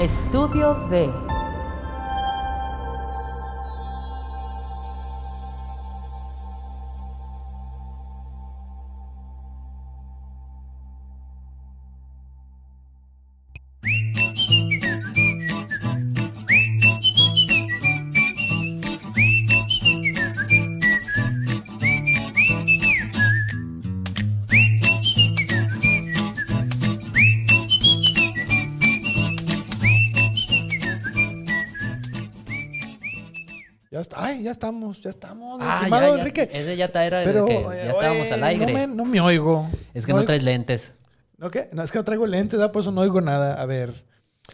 Estudio D. Ya está- ay, ya estamos, ya estamos, mi Ah, estimado ya, ya, Enrique. Ese ya ta- era el Pero que eh, ya estábamos oye, al aire. No me, no me oigo. Es que no oigo- traes lentes. ¿No qué? No, es que no traigo lentes, ¿verdad? por eso no oigo nada. A ver.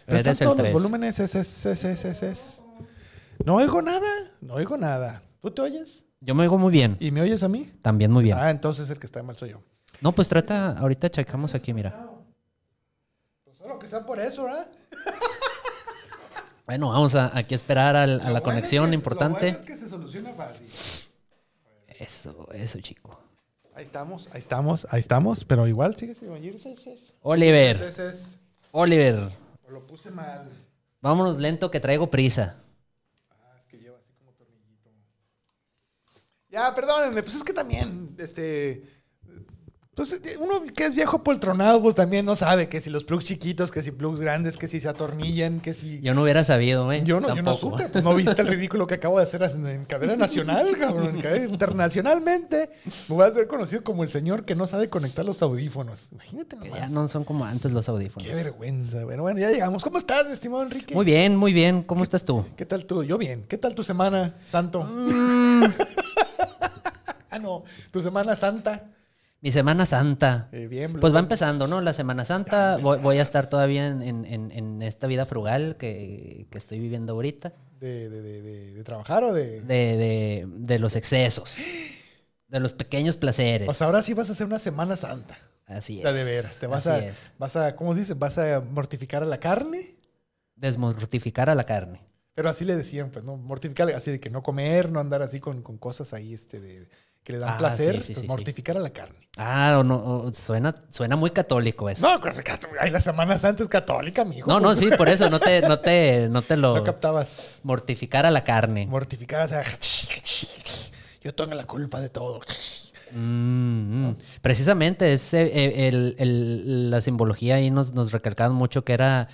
Pero están Eres el todos los tres. volúmenes, es, es, es, es, es, es. No oigo nada, no oigo nada. ¿Tú te oyes? Yo me oigo muy bien. ¿Y me oyes a mí? También muy bien. Ah, entonces el que está mal soy yo. No, pues trata, ahorita checamos aquí, mira. Pues solo que sea por eso, ¿verdad? Bueno, vamos a aquí a esperar al- a la Lo bueno conexión es que- importante. Lo bueno es que se soluciona fácil. Eso, eso, chico. Ahí estamos, ahí estamos, ahí estamos, pero igual sigue sin oírse. Es, es, es, Oliver, es, es. Oliver, O lo puse mal. vámonos lento que traigo prisa. Ah, es que lleva así como tornillito. Ya, perdónenme, pues es que también, este. Pues uno que es viejo poltronado, pues también no sabe que si los plugs chiquitos, que si plugs grandes, que si se atornillan, que si. Yo no hubiera sabido, ¿eh? Yo no, yo no Tampoco. supe, pues no viste el ridículo que acabo de hacer en, en cadena nacional, cabrón, en cadena- internacionalmente. Me voy a ser conocido como el señor que no sabe conectar los audífonos. Imagínate Que nomás. ya no son como antes los audífonos. Qué vergüenza. Bueno, bueno, ya llegamos. ¿Cómo estás, mi estimado Enrique? Muy bien, muy bien. ¿Cómo estás tú? ¿Qué tal tú? Yo bien. ¿Qué tal tu semana, santo? Mm. ah, no. Tu semana santa. Mi Semana Santa. Eh, bien. Pues va bien. empezando, ¿no? La Semana Santa. Voy, voy a estar todavía en, en- en- en esta vida frugal que, que estoy viviendo ahorita. De, de, de, de- de trabajar o de...? De, de- de los excesos. De los pequeños placeres. O sea, Pues ahora sí vas a hacer una semana santa. Así es. La de veras. Te vas así a, es. vas a... ¿Cómo se dice? Vas a mortificar a la carne. Desmortificar a la carne. Pero así le decían, pues, ¿no? Mortificar, así de que no comer, no andar así con, con cosas ahí, este, de... Que le dan Ah, placer, sí, sí, pues, sí, sí. mortificar a la carne. Ah, o no, o suena, suena muy católico eso. No, pues, cat- ay, la Semana Santa es católica, amigo. No, no, pues, sí, por eso no te, no te, no te lo No captabas. mortificar a la carne. mortificar, o sea, yo tengo la culpa de todo. Mm, mm. Precisamente ese, eh, el- el- la simbología ahí nos, nos recalcaban mucho que era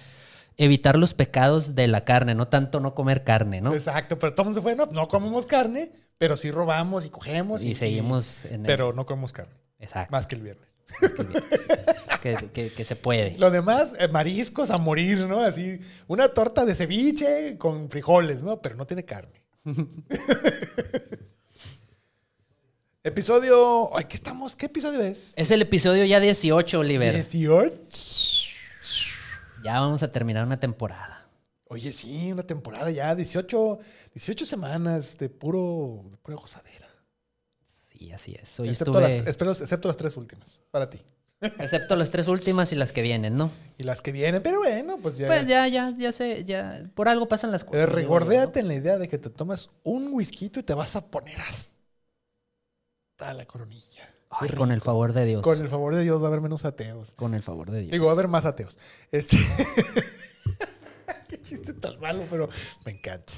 evitar los pecados de la carne, no tanto no comer carne, ¿no? Exacto, pero todo el mundo se fue, no, no comemos carne, pero sí robamos y cogemos. y seguimos en el- Pero no comemos carne, Exacto. más que el viernes. Que, que- que se puede. Lo demás, eh, mariscos a morir, ¿no? Así, una torta de ceviche con frijoles, ¿no? Pero no tiene carne. episodio... Ay, ¿qué estamos? ¿Qué episodio es? Es el episodio ya 18, Oliver. 18. Ya vamos a terminar una temporada. Oye, sí, una temporada ya, 18, 18 semanas de puro, de pura gozadera. Sí, así es. Hoy excepto, estuve- las, espero- excepto las tres últimas, para ti. excepto las tres últimas y las que vienen, ¿no? Y las que vienen, pero bueno, pues ya. Pues ya, ya, ya sé, ya. Por algo pasan las cosas. Eh, digo yo, regordéate en la idea de que te tomas un whisky y te vas a poner hasta la coronilla. ¿no? Ay, con el favor de Dios. Con el favor de Dios va a haber menos ateos. Con el favor de Dios. Digo, va a haber más ateos. Este... Qué chiste tan malo, pero me encanta.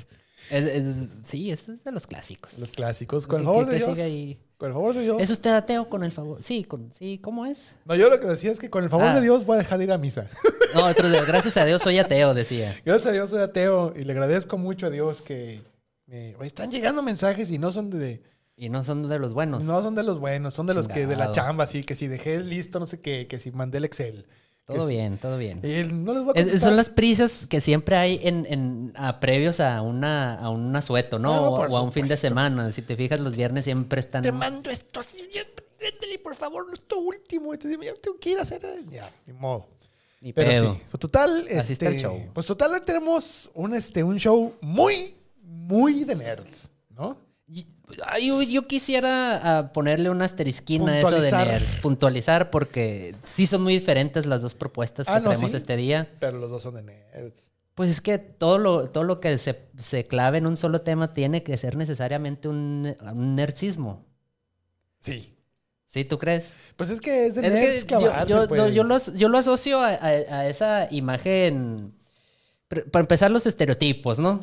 Es- es- sí, este es de los clásicos. Los clásicos, con el Que- favor que- de que Dios. siga ahí. Con el favor de Dios. ¿Es usted ateo con el favor? Sí, con, sí, ¿cómo es? No, yo lo que decía es que con el favor Ah. de Dios voy a dejar de ir a misa. No, otro de- gracias a Dios soy ateo, decía. Gracias a Dios soy ateo y le agradezco mucho a Dios que me oye, están llegando mensajes y no son de Y no son de los buenos. no son de los buenos, son de los que de la Chingado. chamba, sí, que si dejé listo, no sé qué, que si mandé el Excel. que todo si- bien, todo bien. Y él, no les voy a Es- contestar. son las prisas que siempre hay en, en- a previos a una a un asueto, ¿no? Ah, no, o, por o a un fin de supuesto. semana. Si te fijas, los viernes siempre están. Te mando esto así, ya, préndele, por favor, esto último. Entonces, ya tengo que ir a hacer. Ya, ni modo. Ni Pero pedo. sí, pues total, Así está el este, show. Pues total, hoy tenemos un, este, un show muy, muy de nerds, ¿no? Y- ay, yo, yo quisiera ah, ponerle una asterisquina a eso de Puntualizar. nerds, puntualizar, porque sí son muy diferentes las dos propuestas que Ah, no, tenemos sí. este día. Pero los dos son de nerds. Pues es que todo lo, todo lo que se, se clave en un solo tema tiene que ser necesariamente un, un nercismo. Sí. ¿Sí, tú crees? Pues es que es de Es que nerds yo, clavarse, yo- no, pues. yo lo, as- yo lo asocio a, a- a esa imagen Pr- Para empezar, los estereotipos, ¿no?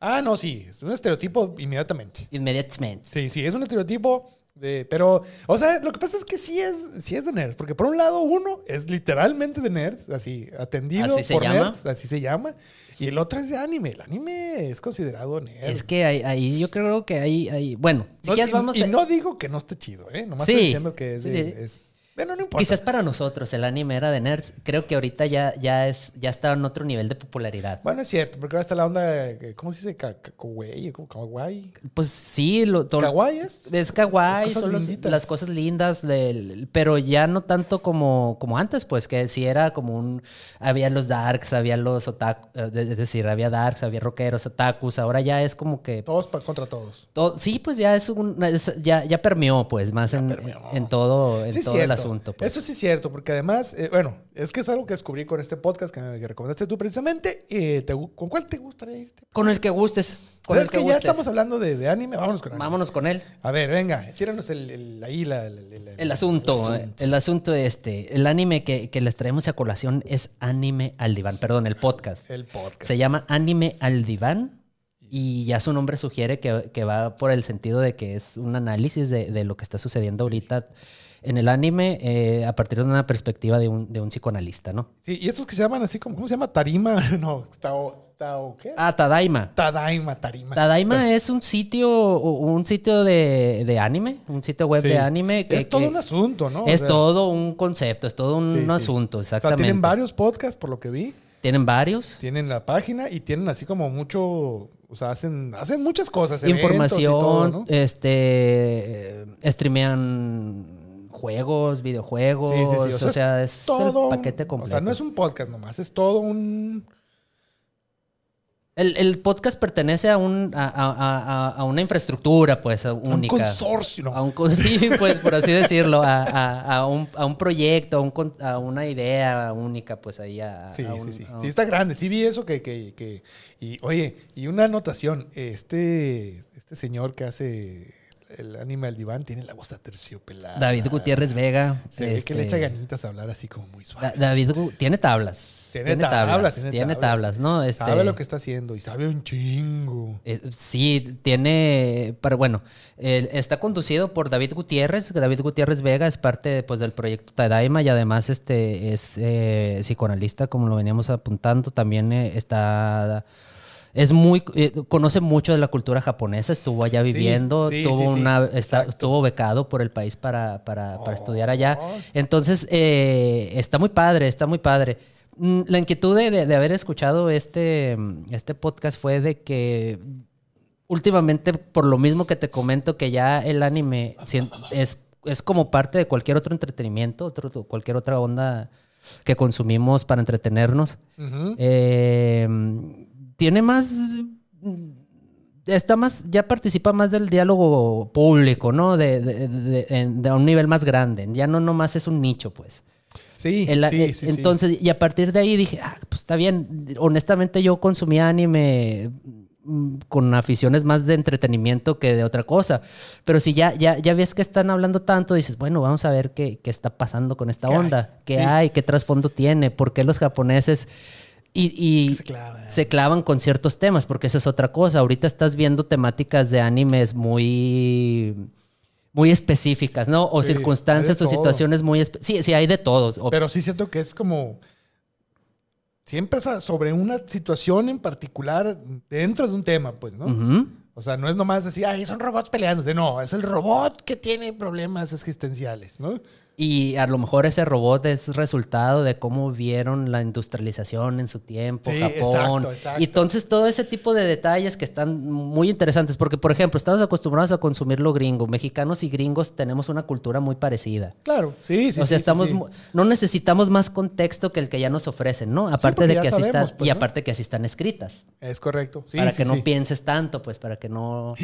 Ah, no, sí, es un estereotipo inmediatamente. Inmediatamente. Sí, sí, es un estereotipo de, pero, o sea, lo que pasa es que sí es, sí es de nerds, porque por un lado uno es literalmente de nerds, así, atendido Así se por llama. nerds, así se llama, y el otro es de anime, el anime es considerado nerd. Es que ahí, ahí yo creo que ahí, ahí bueno, si No, quieres y, vamos y a- no digo que no esté chido, ¿eh? Nomás Sí. estoy diciendo que es, de- Sí, sí. es- bueno, no importa. Quizás para nosotros el anime era de nerds. Creo que ahorita ya, ya, es, ya está en otro nivel de popularidad. Bueno, es cierto, porque ahora está la onda, eh, ¿cómo se dice? Ka- ka- Kawaii, ¿cómo? kawaii. Pues sí, lo, todo- ¿Kawaii es? es kawaii, Las cosas son los- linditas. las cosas lindas, del- pero ya no tanto como, como antes, pues que si era como un... Había los darks, había los otakus, es decir, había darks, había rockeros, otakus, ahora ya es como que... Todos pa- contra todos. todo- sí, pues ya es un... es- ya, ya permeó, pues, más en, permeó. en todo, en Sí, es todo el cierto. asunto. Pues. Eso sí es cierto, porque además, eh, bueno, es que es algo que descubrí con este podcast que me que recomendaste tú precisamente. Eh, te gu- ¿Con cuál te gustaría irte? Con el que gustes. Con el ¿Sabes que, que, ya gustes. estamos hablando de, de anime? Vámonos con anime. Vámonos con él. A ver, venga, tíranos el, el, ahí la- la- la- la- El asunto, eh, asunto. el asunto este, el anime que, que les traemos a colación es Anime al Diván, perdón, el podcast. El podcast. Se llama Anime al Diván y ya su nombre sugiere que, que va por el sentido de que es un análisis de, de lo que está sucediendo ahorita en el anime eh, a partir de una perspectiva de un, de un psicoanalista, ¿no? Sí, y estos que se llaman así como, ¿cómo se llama? Tarima, no, Tao, tao ¿qué? Ah, Tadaima. Tadaima, Tarima. Tadaima es un sitio, un sitio de, de anime, un sitio web Sí. de anime. Que, es todo que un asunto, ¿no? O es sea, todo un concepto, es todo un Sí, sí. asunto, O sea, exactamente. tienen varios podcasts, por lo que vi. Tienen varios. tienen la página y tienen así como mucho, o sea, hacen, hacen muchas cosas. eventos y información, todo, ¿no? este, eh, streamean juegos, videojuegos, Sí, sí, sí, o, sea, es todo el paquete un- completo. O sea, no es un podcast nomás, es todo un... el, el podcast pertenece a, un, a, a- a- a una infraestructura, pues, a- Un única. consorcio. ¿no? A un con- sí, pues, por así decirlo, a, a- a un, a un proyecto, a, un con- a una idea única, pues, ahí a, Sí, a un- sí, sí. a un- Sí, está grande. Sí vi eso que, que, que- Y, oye, y una anotación. Este, este señor que hace el anime al diván tiene la voz aterciopelada. David Gutiérrez Vega. Se ve que le echa este, ganitas a hablar así como muy Da- suave. David Gu- tiene tablas. Tiene tablas, tiene tiene tablas. tablas, ¿no? Este, Sabe lo que está haciendo y sabe un chingo. Eh, sí, tiene, pero bueno, eh, está conducido por David Gutiérrez. que David Gutiérrez Vega es parte pues, del proyecto Tadaima y además este, es eh, psicoanalista, como lo veníamos apuntando. También eh, está, es muy, eh, conoce mucho de la cultura japonesa, estuvo allá Sí, viviendo, sí, tuvo sí, sí, una, está- exacto. estuvo becado por el país para, para, para estudiar allá. Oh. Entonces, eh, está muy padre, está muy padre. Mm, La inquietud de, de- de haber escuchado este, mm, este podcast fue de que últimamente, por lo mismo que te comento, que ya el anime sien- es, es como parte de cualquier otro entretenimiento, otro, cualquier otra onda que consumimos para entretenernos. Ujú. Eh, tiene más. Está más. Ya participa más del diálogo público, ¿no? De, de- de- en- de un nivel más grande. Ya no nomás es un nicho, pues. sí, El- sí, eh, sí, sí. entonces, y a partir de ahí dije, ah, pues está bien. Honestamente, yo consumía anime mm, con aficiones más de entretenimiento que de otra cosa. Pero si ya, ya, ya ves que están hablando tanto, dices, bueno, vamos a ver qué, qué está pasando con esta ¿Qué hay? onda. ¿Qué Sí. hay? ¿Qué trasfondo tiene? ¿Por qué los japoneses? Y, y- Se clava. se clavan con ciertos temas, porque esa es otra cosa. Ahorita estás viendo temáticas de animes muy muy específicas, ¿no? O Sí, circunstancias hay de o todo. situaciones muy... espe- Sí, sí, hay de todo. O- Pero sí siento que es como. Siempre sa- sobre una situación en particular dentro de un tema, pues, ¿no? Ujú. O sea, no es nomás así, ay, son robots peleándose. No, es el robot que tiene problemas existenciales, ¿no? Y a lo mejor ese robot es resultado de cómo vieron la industrialización en su tiempo, Sí, Japón. exacto, exacto. Y entonces todo ese tipo de detalles que están muy interesantes, porque por ejemplo, estamos acostumbrados a consumir lo gringo. Mexicanos y gringos tenemos una cultura muy parecida. Claro, sí, sí. o sí, sí, sea, estamos sí. mu- no necesitamos más contexto que el que ya nos ofrecen, ¿no? Aparte porque de ya que así están- sabemos, pues, y ¿no? aparte que así están escritas, Es correcto. Sí, para sí, que no sí. pienses tanto, pues para que no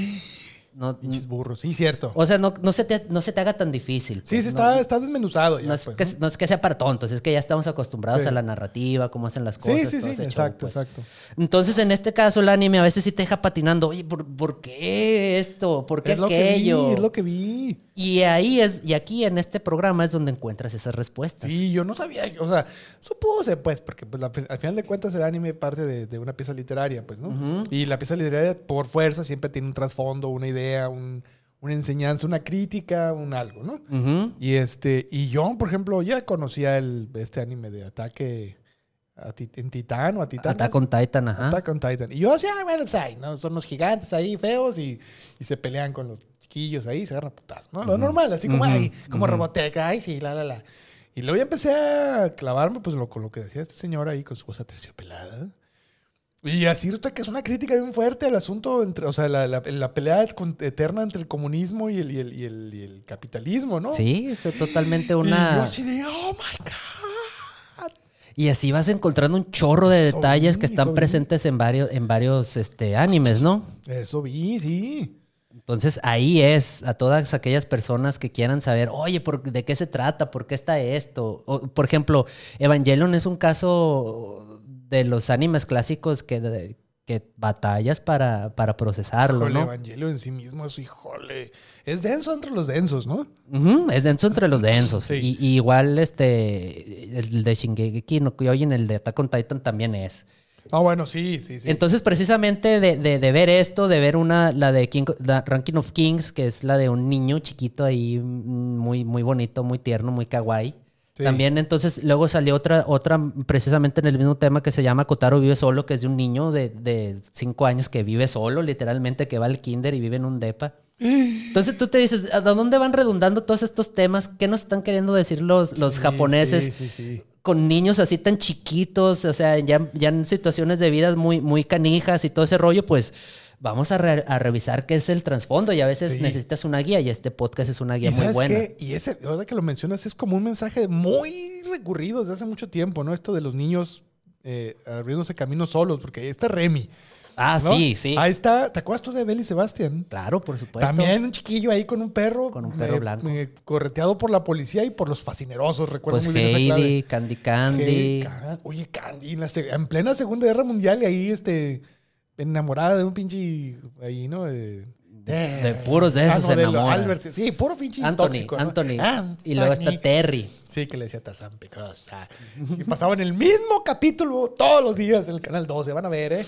No, Pinches burros. Sí, cierto. o sea, no, no, se te, no se te haga tan difícil. sí, pues, sí, no- está, está desmenuzado ya. No es, pues, que, ¿no? no es que sea para tontos, es que ya estamos acostumbrados Sí. a la narrativa, cómo hacen las cosas. Sí, sí, todo sí, ese show, exacto, pues. exacto. Entonces, en este caso, el anime a veces sí te deja patinando. Oye, ¿por, por qué esto? ¿Por qué Es lo que vi, aquello? es lo que vi. Y ahí es, y aquí en este programa es donde encuentras esas respuestas. Sí, yo no sabía, o sea, supuse, pues, porque pues, la- al final de cuentas el anime parte de, de una pieza literaria, pues, ¿no? Ujú. Y la pieza literaria, por fuerza, siempre tiene un trasfondo, una idea, un- una enseñanza, una crítica, un algo, ¿no? Ujú. Y este, y yo, por ejemplo, ya conocía el, este anime de ataque a Ti- en Titán o a Titán. Attack on Titan, ajá. Attack on Titan. Y yo decía, ah, bueno, pues ahí, ¿no? Son los gigantes ahí feos y, y se pelean con los chiquillos ahí, se agarran a putazos, ¿no? Lo normal, así como, Ujú, ay, como ujú. roboteca, ay, sí, la, la, la. Y luego ya empecé a clavarme, pues, lo, con lo que decía este señor ahí con su voz aterciopelada. Y así resulta que es una crítica bien fuerte al asunto, entre, o sea, la, la- la pelea con- eterna entre el comunismo y el, y el, y el, y el capitalismo, ¿no? Sí, esto es totalmente Y yo una. así de, oh my God. Y así vas encontrando un chorro de Eso detalles que vi, están eso vi. presentes en varios, en varios este, animes, ¿no? Eso vi, sí. Entonces ahí es a todas aquellas personas que quieran saber, oye, ¿por- ¿de qué se trata? ¿Por qué está esto? O, por ejemplo, Evangelion es un caso de los animes clásicos que, de- que batallas para, para procesarlo, Híjole, ¿no? Evangelio en sí mismo es, híjole. Es denso entre los densos, ¿no? Ujú, es denso entre los densos. Sí. Y, y igual este el de Shingeki no Kyojin, el de Attack on Titan también es. Ah, bueno, sí, sí, sí. Entonces, precisamente de, de- de ver esto, de ver una, la de King, la Ranking of Kings, que es la de un niño chiquito ahí, mm, muy, muy bonito, muy tierno, muy kawaii. Sí. También entonces luego salió otra, otra precisamente en el mismo tema que se llama Kotaro vive solo, que es de un niño de, de cinco años que vive solo, literalmente que va al kinder y vive en un depa. Entonces tú te dices, ¿a dónde van redundando todos estos temas? ¿Qué nos están queriendo decir los, los Sí, japoneses? Sí, sí, sí. con niños así tan chiquitos, o sea, ya, ya en situaciones de vidas muy, muy canijas y todo ese rollo, pues vamos a, re- a revisar qué es el trasfondo y a veces Sí. necesitas una guía y este podcast es una guía Y muy sabes buena. qué? Y ese, ahora que lo mencionas, es como un mensaje muy recurrido desde hace mucho tiempo, ¿no? Esto de los niños eh, abriéndose caminos solos, porque ahí está Remy. Ah, ¿no? sí, sí. Ahí está, ¿te acuerdas tú de Bel y Sebastián? Claro, por supuesto. También un chiquillo ahí con un perro. Con un perro blanco. correteado por la policía y por los fascinerosos, recuerdo Pues muy bien esa clave. Heidi, Candy Candy. Hey, Can- Oye, Candy, en, la se- en plena Segunda Guerra Mundial y ahí, este, enamorada de un pinche, ahí, ¿no? De, Ah, de puros de esos se de lo- enamora. Albert, sí, sí, puro pinche Anthony, tóxico, ¿no? Anthony. Anthony. Y luego está Terry. Sí, que le decía Tarzán Picosa. Y pasaban el mismo capítulo todos los días en el Canal 12, van a ver, ¿eh?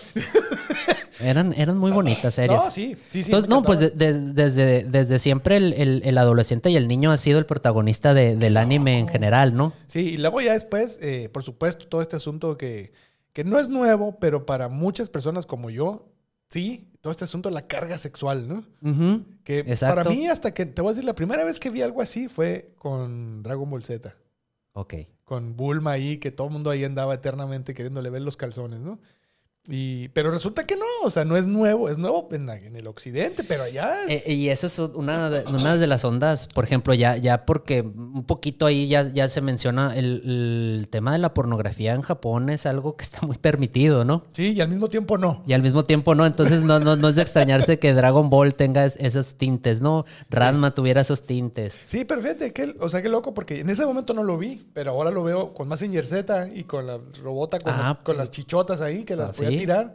Eran, eran muy bonitas series. No, sí, sí, sí. Entonces, me no, pues encantaba. de- de- desde, desde siempre el, el- el adolescente y el niño ha sido el protagonista de- del anime en general, ¿no? Sí, y luego ya después, eh, por supuesto, todo este asunto que, que no es nuevo, pero para muchas personas como yo, sí, todo este asunto de la carga sexual, ¿no? Ujú. Que Exacto. para mí, hasta que te voy a decir, la primera vez que vi algo así fue con Dragon Ball Z, Ok. con Bulma ahí, que todo el mundo ahí andaba eternamente queriéndole ver los calzones, ¿no? Y, pero resulta que no, o sea, no es nuevo, es nuevo en, la- en el occidente, pero allá es. Eh, y eso es una de, una de las ondas, por ejemplo, ya, ya porque un poquito ahí ya, ya se menciona el, el tema de la pornografía en Japón es algo que está muy permitido, ¿no? sí, y al mismo tiempo no. Y al mismo tiempo no, entonces no, no, no es de extrañarse que Dragon Ball tenga es- esos tintes, ¿no? Ranma tuviera esos tintes. Sí, pero fíjate, que, o sea, qué loco, porque en ese momento no lo vi, pero ahora lo veo con más Z y con la robota, con, Ah, las, con las chichotas ahí que las ah, podía sí. tirar.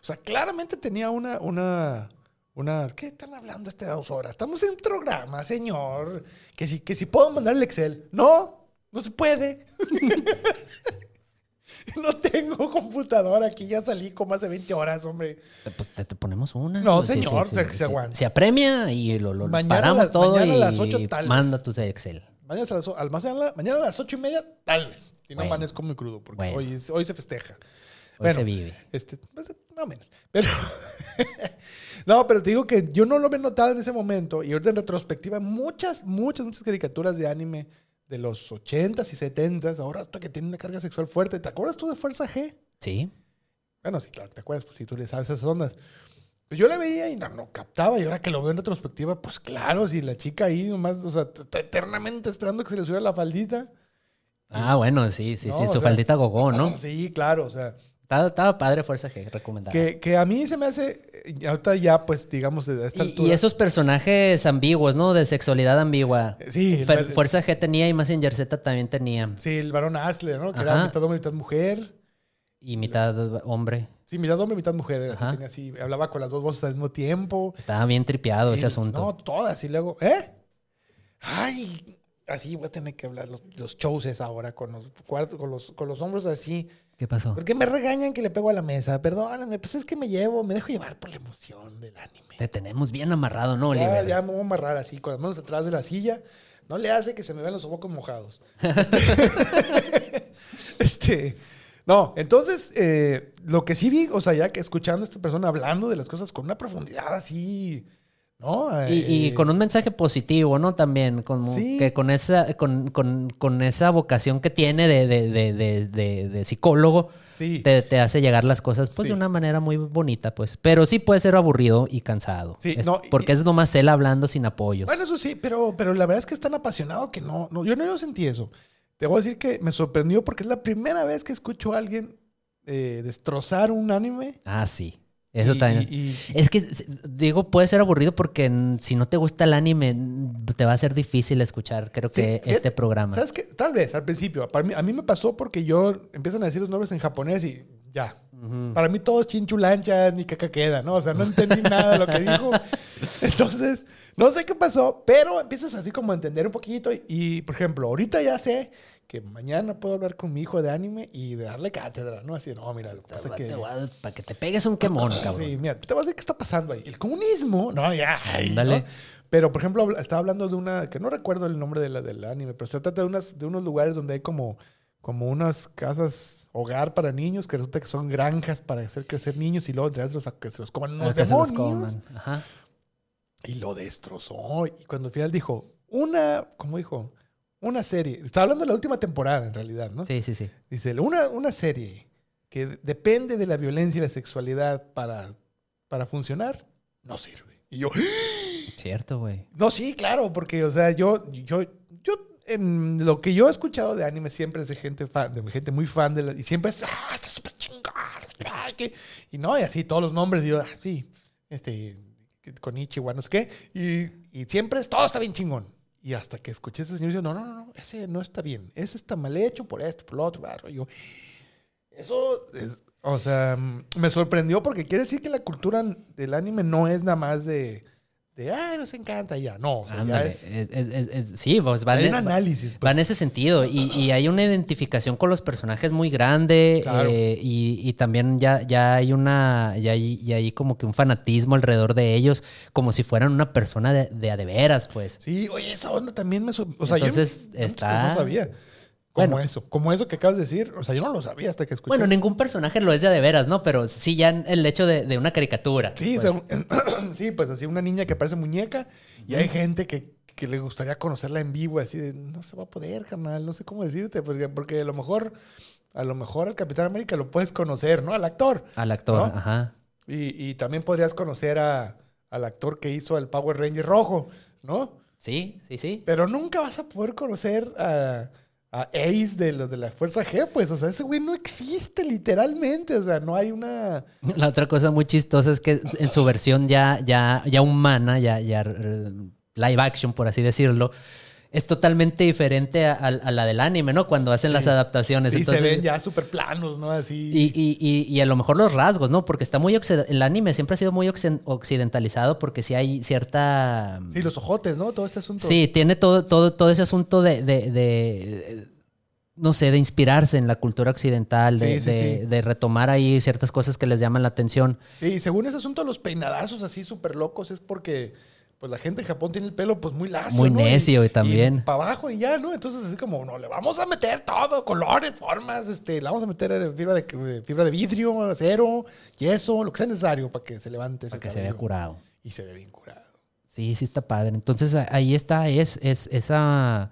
O sea, claramente tenía una, una, una, ¿qué están hablando este dos horas? Estamos en un programa, señor, que si, que si puedo mandar el Excel. No, no se puede. no tengo computadora aquí, ya salí como hace 20 horas, hombre. Eh, Pues te, te ponemos una. No, señor, se- se aguanta. Se apremia y lo, lo- lo Mañana paramos las- todo mañana a y las ocho tal vez. manda tu Excel. Mañana a las, o- al- más a la- mañana a las ocho y media, tal vez. Si no Bueno. amanezco muy crudo, porque Bueno. hoy, es- hoy se festeja. Hoy Bueno. se vive. Este, pues, más o menos. Pero, no, pero te digo que yo no lo había notado en ese momento. Y ahorita en retrospectiva, muchas, muchas, muchas caricaturas de anime de los 80s y 70s, ahora hasta que tienen una carga sexual fuerte. ¿Te acuerdas tú de Fuerza G? Sí. Bueno, sí, claro, que te acuerdas, pues si tú le sabes esas ondas. Pues yo la veía y no, no captaba. Y ahora que lo veo en retrospectiva, pues claro, si la chica ahí nomás, o sea, t- t- eternamente esperando que se le subiera la faldita. Ah, bueno, sí, sí, No, sí, o su sea, faldita gogó, ¿no? Sí, claro, o sea. Estaba, estaba padre Fuerza G, recomendada. Que, que a mí se me hace, eh, ahorita ya, pues, digamos, desde esta Y- altura. Y, esos personajes ambiguos, ¿no? De sexualidad ambigua. Eh, Sí, el Fer- val- Fuerza G tenía y Mazinger Z también tenía. sí, el varón Asler, ¿no? Que Ajá. era mitad hombre, mitad mujer. Y mitad hombre. Sí, mitad hombre, mitad mujer. Era así, Ajá. tenía así, hablaba con las dos voces al mismo tiempo. Estaba bien tripeado ese Sí, asunto. No, todas. Y luego, ¿eh? Ay, así voy a tener que hablar los, los showses ahora con los, cuart- con, los, con los hombros así. ¿Qué pasó? Porque me regañan que le pego a la mesa. Perdóname, pues es que me llevo, me dejo llevar por la emoción del anime. Te tenemos bien amarrado, ¿no, Ah, Ya, Oliver? ya me voy a amarrar así, con las manos atrás de la silla. No le hace que se me vean los ojos mojados. este, no, entonces, eh, lo que sí vi, o sea, ya que escuchando a esta persona hablando de las cosas con una profundidad así, ¿no? Y, y Eh, con un mensaje positivo, ¿no? También, como Sí. que con esa, con, con- con esa vocación que tiene de, de- de- de- de- de psicólogo, Sí, te, te hace llegar las cosas pues de Sí. una manera muy bonita, pues. Pero sí puede ser aburrido y cansado. Sí, Es- no, y- porque es nomás él hablando sin apoyos. bueno, eso sí, pero, pero la verdad es que es tan apasionado que no, no yo no yo sentí eso. Te voy a decir que me sorprendió porque es la primera vez que escucho a alguien eh, destrozar un anime. Ah, sí. Eso Y- también. y- y- Es que, s- digo, puede ser aburrido porque mm, si no te gusta el anime, mm, te va a ser difícil escuchar, creo Sí, que, fíjate, este programa. ¿Sabes qué? Tal vez, al principio. Para mí- a mí me pasó porque yo empiezan a decir los nombres en japonés y ya. Ujú. Para mí todo es chinchulancha, ni caca queda, ¿no? O sea, no entendí nada de lo que dijo. Entonces, no sé qué pasó, pero empiezas así como a entender un poquito. Y, y, por ejemplo, ahorita ya sé que mañana puedo hablar con mi hijo de anime y darle cátedra, ¿no? Así, no, mira, lo que Te pasa es va- que... Ah, te va a- Para que te pegues un quemón, cabrón. Sí, mira, te vas a decir qué está pasando ahí. El comunismo, no, ya. ay, ¿no? Ándale. Pero, por ejemplo, habla- estaba hablando de una, que no recuerdo el nombre de la, del anime, pero se trata de, unas, de unos lugares donde hay como, como unas casas hogar para niños que resulta que son granjas para hacer crecer niños y luego entregarlos a que se los coman unos Hasta se los demonios. coman. Ajá. Y lo destrozó. Y cuando al final dijo, una, ¿cómo dijo? Una serie. Estaba hablando de la última temporada, en realidad, ¿no? Sí, sí, sí. Dice, una, una serie que de- depende de la violencia y la sexualidad para, para funcionar, no sirve. Y yo, ¡Ah! Cierto, güey. no, sí, claro, porque, o sea, yo, yo, yo, en lo que yo he escuchado de anime siempre es de gente fan, de gente muy fan de la, y siempre es, ah, está súper chingón, ah, que-". y no, y así todos los nombres, y yo, ah, sí, este, con Ichiwa, no sé qué, y, y siempre es, todo está bien chingón. Y hasta que escuché a ese señor, yo, no, no, no, no, ese no está bien, ese está mal hecho por esto, por lo otro, bla, bla". y yo, eso es, o sea, mm, me sorprendió porque quiere decir que la cultura del anime no es nada más de, de ay, nos encanta y ya. No, o sea, ya Ándale. es, Es- es- es- es- sí, pues va hay en, un va- análisis. va pues. en ese sentido. Y, y hay una identificación con los personajes muy grande. Claro. eh, y, y también ya, ya hay una. Ya hay, ya hay como que un fanatismo alrededor de ellos, como si fueran una persona de, de a de veras, pues. Sí, oye, esa onda también me... sor- O sea, Entonces, yo, no- está- No sabía. Como Bueno. eso. Como eso que acabas de decir. O sea, yo no lo sabía hasta que escuché. Bueno, ningún personaje lo es de a de veras, ¿no? Pero sí, ya el hecho de, de una caricatura. Sí, pues. o sea, sí, pues así una niña que parece muñeca y hay gente que, que le gustaría conocerla en vivo, así de, no se va a poder, carnal, no sé cómo decirte, porque, porque a lo mejor, a lo mejor al Capitán América lo puedes conocer, ¿no? Al actor. Al actor, ¿no? ajá. Y, y también podrías conocer a, al actor que hizo el Power Ranger rojo, ¿no? Sí, sí, sí. Pero nunca vas a poder conocer a, a Ace de, los de la Fuerza G, pues, o sea, ese güey no existe literalmente, o sea, no hay una... La otra cosa muy chistosa es Ah, que en su versión ya, ya, ya humana, ya, ya eh, live action, por así decirlo, es totalmente diferente a, a- a la del anime, ¿no? Cuando hacen Sí. las adaptaciones. Sí, Entonces, se ven ya súper planos, ¿no? Así... Y, y- y- y a lo mejor los rasgos, ¿no? Porque está muy occida- el anime siempre ha sido muy occ- occidentalizado porque sí hay cierta... Sí, los ojotes, ¿no? Todo este asunto. Sí, tiene todo, todo, todo ese asunto de, de- de- no sé, de inspirarse en la cultura occidental, de, Sí, sí, de- sí. de retomar ahí ciertas cosas que les llaman la atención. Sí, Y según ese asunto de los peinadazos así súper locos es porque pues la gente en Japón tiene el pelo pues muy lacio, Muy necio y también. para abajo y ya, ¿no? Entonces así como, no, le vamos a meter todo, colores, formas, este, le vamos a meter eh, fibra de, de- fibra de vidrio, acero, yeso, lo que sea necesario para que se levante ese Para que se vea cabello. curado. Y se ve bien curado. Sí, sí está padre. Entonces a- ahí está, es, es esa...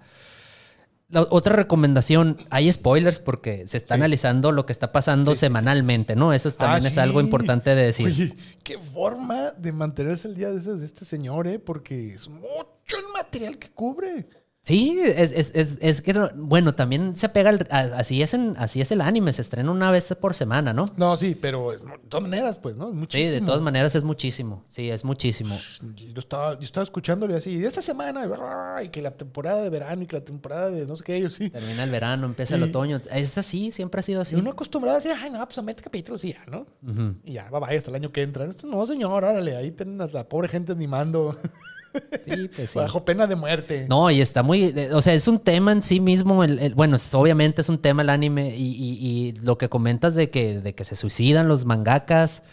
La otra recomendación, hay spoilers porque se está Sí. analizando lo que está pasando Sí, sí, sí, semanalmente, sí, ¿no? Eso es- también Ah, es algo sí. importante de decir. Oye, qué forma de mantenerse el día de, ese- de este señor, ¿eh? Porque es mucho el material que cubre. Sí, es, es, es, es que, bueno, también se pega, al- a- así, es en, así es el anime, se estrena una vez por semana, ¿no? No, sí, pero es- de todas maneras, pues, ¿no? Es Sí, Muchísimo. de todas maneras es muchísimo, sí, es muchísimo. Yo estaba, yo estaba escuchándole así, y esta semana, y bla, bla, bla, y que la temporada de verano y que la temporada de no sé qué, yo sí. Termina el verano, empieza Y- el otoño, es así, siempre ha sido así. Y uno acostumbrado a decir, ay, no, pues a mete capítulos y ya, ¿no? Ujú. Y ya, va, hasta el año que entra. Esto no, señor, órale, ahí tienen a la pobre gente animando Sí, pues sí. bajo pena de muerte. No, y está muy, eh, o sea, es un tema en sí mismo, el, el- bueno, es- obviamente es un tema el anime y, y- y lo que comentas de que, de que se suicidan los mangakas,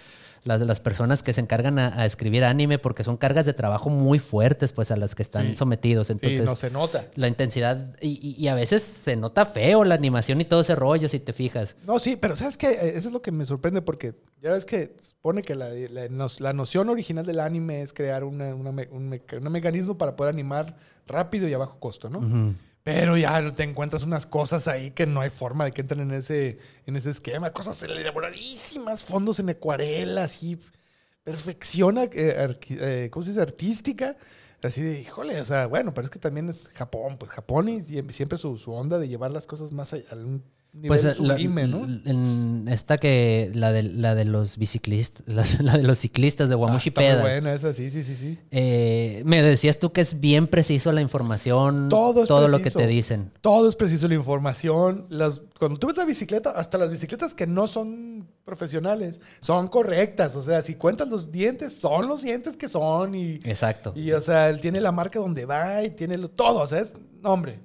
las, las personas que se encargan a, a escribir anime, porque son cargas de trabajo muy fuertes, pues a las que están Sí. sometidos. Entonces, sí, no se nota. la intensidad, y, y- y a veces se nota feo la animación y todo ese rollo, si te fijas. No, sí, pero ¿sabes qué? Eh, Eso es lo que me sorprende porque ya ves que supone que la, la, nos- la noción original del anime es crear una- una me- un, meca- un mecanismo para poder animar rápido y a bajo costo, ¿no? Ujú. Pero ya te encuentras unas cosas ahí que no hay forma de que entren en ese, en ese esquema. Cosas elaboradísimas, fondos en acuarelas y perfección, eh, arqui- eh, ¿cómo se dice? Artística. Así de, híjole, o sea, bueno, pero es que también es Japón. Pues Japón y, y siempre su, su onda de llevar las cosas más a, a un nivel Pues eh, la- sublime, ¿no? l- en esta que, la de, la de los biciclistas, las- la, de los ciclistas de Ah, Wamushi está muy Peda. buena esa, sí, sí, sí, sí. Eh, me decías tú que es bien preciso la información, Todo todo, es lo que preciso. te dicen. Todo es preciso la información. Las, cuando tú ves la bicicleta, hasta las bicicletas que no son profesionales, son correctas. O sea, si cuentas los dientes, son los dientes que son. Y, Exacto. y o sea, él tiene la marca donde va y tiene lo- todo. O sea, es, no, hombre.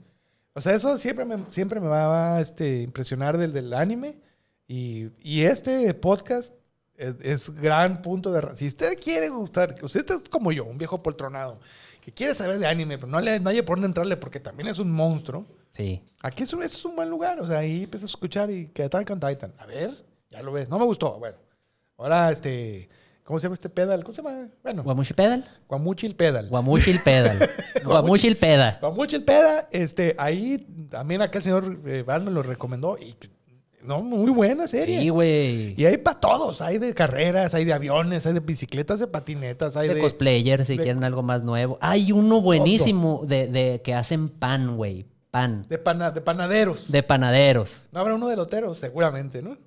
O sea, eso siempre me, siempre me va a este, impresionar del, del anime. Y, y este podcast es, es gran punto de... ra- Si usted quiere gustar, usted es como yo, un viejo poltronado, que quiere saber de anime, pero no, le, no hay por dónde entrarle porque también es un monstruo. Sí. Aquí es un, este es un buen lugar. O sea, ahí empiezas a escuchar y que Attack on Titan. A ver, ya lo ves. No me gustó. Bueno, ahora este... ¿Cómo se llama este pedal? ¿Cómo se llama? Bueno, Guamushi Pedal. Guamuchil Pedal. Guamushi Pedal. Guamushi Pedal. Pamucho el Peda, este, ahí también acá el señor eh, Val me lo recomendó. Y, no, muy buena serie. Sí, güey. y hay para todos, hay de carreras, hay de aviones, hay de bicicletas, de patinetas, hay De de... cosplayers, si de- quieren algo más nuevo. Hay uno buenísimo de, de que hacen pan, güey. Pan. de, pana- de panaderos. De panaderos. No habrá uno de loteros, seguramente, ¿no?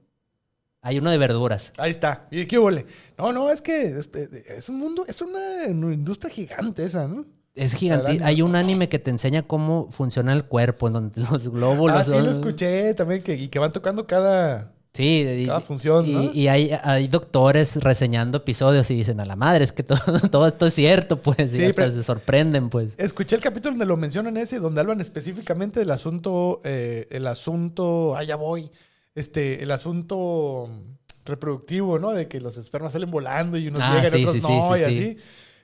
Hay uno de verduras. Ahí está. ¿Y qué huele? No, no, es que es, es un mundo, es una industria gigante esa, ¿no? Es gigante. Adelante. Hay un anime que te enseña cómo funciona el cuerpo, en donde los glóbulos. Ah, sí, lo son- escuché también, que, y que van tocando cada... Sí, y, Cada función, y, ¿no? y hay, hay doctores reseñando episodios y dicen, a la madre, es que todo, todo esto es cierto, pues, Sí, y hasta pero- se sorprenden, pues. Escuché el capítulo donde lo mencionan ese, donde hablan específicamente del asunto, eh, el asunto, ah, ya voy, este, el asunto mm, reproductivo, ¿no? De que los espermas salen volando y unos Ah, llegan, sí, otros sí, sí, no, sí, y sí. así.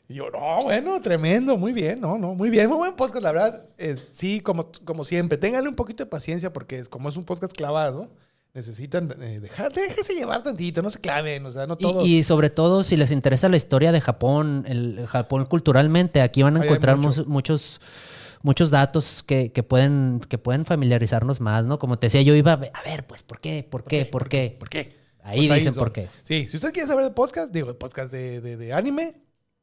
Y yo, no, bueno, tremendo, muy bien, no, no, muy bien, muy buen podcast, la verdad. Eh, sí, como, como siempre, ténganle un poquito de paciencia porque es- como es un podcast clavado, necesitan eh, dejar, déjese llevar tantito, no se claven, o sea, no Y, todo. y sobre todo, si les interesa la historia de Japón, el el Japón culturalmente, aquí van a Ahí hay encontrar mu- mucho. muchos muchos datos que, que pueden que pueden familiarizarnos más, ¿no? Como te decía, yo iba a ver, a ver, pues, ¿por qué? ¿Por qué? ¿Por qué? ¿Por qué? Ahí Pues dicen son. por qué. Sí, si usted quiere saber de podcast, digo, de podcast de, de- de anime,